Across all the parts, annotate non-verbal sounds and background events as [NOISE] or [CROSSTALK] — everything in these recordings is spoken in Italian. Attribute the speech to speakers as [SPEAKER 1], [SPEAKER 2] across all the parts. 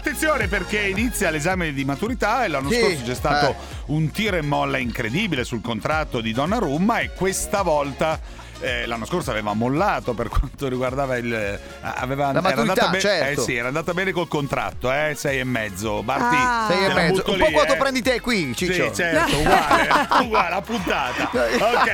[SPEAKER 1] Attenzione perché inizia l'esame di maturità e l'anno
[SPEAKER 2] Sì,
[SPEAKER 1] scorso c'è stato
[SPEAKER 2] eh.
[SPEAKER 1] un tira e molla incredibile sul contratto di Donnarumma e questa volta eh, l'anno scorso aveva mollato per [LAUGHS] quanto riguardava il eh, aveva,
[SPEAKER 2] La maturità,
[SPEAKER 1] era andata be-
[SPEAKER 2] certo.
[SPEAKER 1] eh sì, era andata bene col contratto, eh, 6 e mezzo. Barti,
[SPEAKER 3] Ah.
[SPEAKER 2] Sei
[SPEAKER 1] te
[SPEAKER 2] e
[SPEAKER 1] la
[SPEAKER 2] mezzo.
[SPEAKER 1] butto
[SPEAKER 2] Un po'
[SPEAKER 1] lì,
[SPEAKER 2] quanto
[SPEAKER 1] eh.
[SPEAKER 2] prendi te qui, Ciccio.
[SPEAKER 1] Sì, certo,
[SPEAKER 2] [LAUGHS]
[SPEAKER 1] uguale, uguale, a puntata. Ok,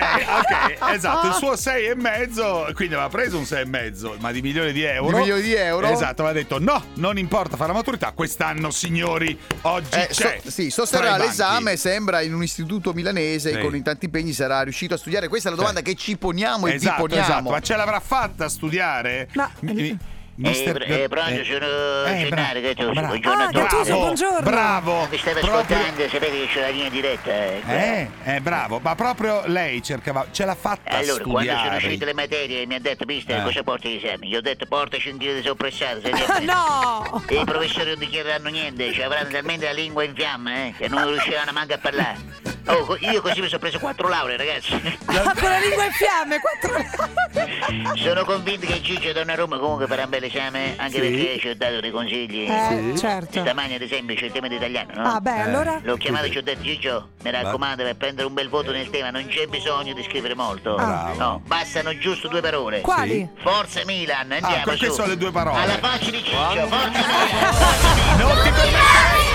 [SPEAKER 1] ok, esatto, il suo
[SPEAKER 2] [LAUGHS]
[SPEAKER 1] 6 e mezzo, quindi aveva preso un 6 e mezzo, ma di milioni di euro.
[SPEAKER 2] Di milioni di euro.
[SPEAKER 1] Esatto, aveva detto no, non importa fare la maturità, quest'anno signori, oggi
[SPEAKER 2] Eh, so-
[SPEAKER 1] c'è. Cioè,
[SPEAKER 2] sì,
[SPEAKER 1] Tra
[SPEAKER 2] sosterrà
[SPEAKER 1] i banchi.
[SPEAKER 2] l'esame, sembra in un istituto milanese
[SPEAKER 1] Sì. Cioè.
[SPEAKER 2] e con tanti impegni sarà riuscito a studiare. Questa è la domanda che ci poniamo e
[SPEAKER 1] Esatto,
[SPEAKER 2] ti poniamo.
[SPEAKER 1] esatto, ma ce l'avrà fatta a studiare?
[SPEAKER 3] Ma-
[SPEAKER 1] Mi- mi-
[SPEAKER 4] Eh, pr- eh, pronto, sono
[SPEAKER 1] eh,
[SPEAKER 4] Gennaro Gattuso,
[SPEAKER 1] bravo.
[SPEAKER 4] buongiorno a
[SPEAKER 3] Ah,
[SPEAKER 4] tutti.
[SPEAKER 3] Gattuso,
[SPEAKER 1] Bravo,
[SPEAKER 3] buongiorno.
[SPEAKER 1] bravo.
[SPEAKER 4] Mi stavo
[SPEAKER 1] proprio-
[SPEAKER 4] ascoltando, sapete che c'è la linea diretta. eh, qua.
[SPEAKER 1] Eh, eh, bravo, ma proprio lei cercava, ce l'ha fatta a
[SPEAKER 4] Eh, Allora, quando sono
[SPEAKER 1] studiare.
[SPEAKER 4] uscite le materie mi ha detto, mister,
[SPEAKER 1] Eh.
[SPEAKER 4] cosa porti gli esami? Gli ho detto, portaci un tiro di
[SPEAKER 3] [LAUGHS]
[SPEAKER 4] soppressato. se
[SPEAKER 3] Ah, no!
[SPEAKER 4] E i professori non dichiareranno niente, ci avranno talmente la lingua in fiamme eh, che non riusciranno manco a parlare. Oh, co- io così mi sono preso quattro lauree, ragazzi. [LAUGHS]
[SPEAKER 3] Ah, con la lingua in fiamme, quattro...
[SPEAKER 4] Sono convinto che Ciccio Donnarumma comunque farà un bel esame, anche perché ci ho dato dei consigli.
[SPEAKER 3] Eh, certo.
[SPEAKER 4] Stamani, ad esempio, c'è il tema di italiano, no?
[SPEAKER 3] Ah, beh, allora...
[SPEAKER 4] L'ho chiamato e ci ho detto Gigio, mi raccomando per prendere un bel
[SPEAKER 1] Eh.
[SPEAKER 4] voto nel tema non c'è bisogno di scrivere molto.
[SPEAKER 3] Ah.
[SPEAKER 4] No, bastano giusto due parole.
[SPEAKER 3] Quali?
[SPEAKER 4] Forza Milan, andiamo
[SPEAKER 1] queste
[SPEAKER 4] su.
[SPEAKER 1] sono le due parole.
[SPEAKER 4] Alla faccia di Ciccio, forza Milan.
[SPEAKER 1] Non ti permettere!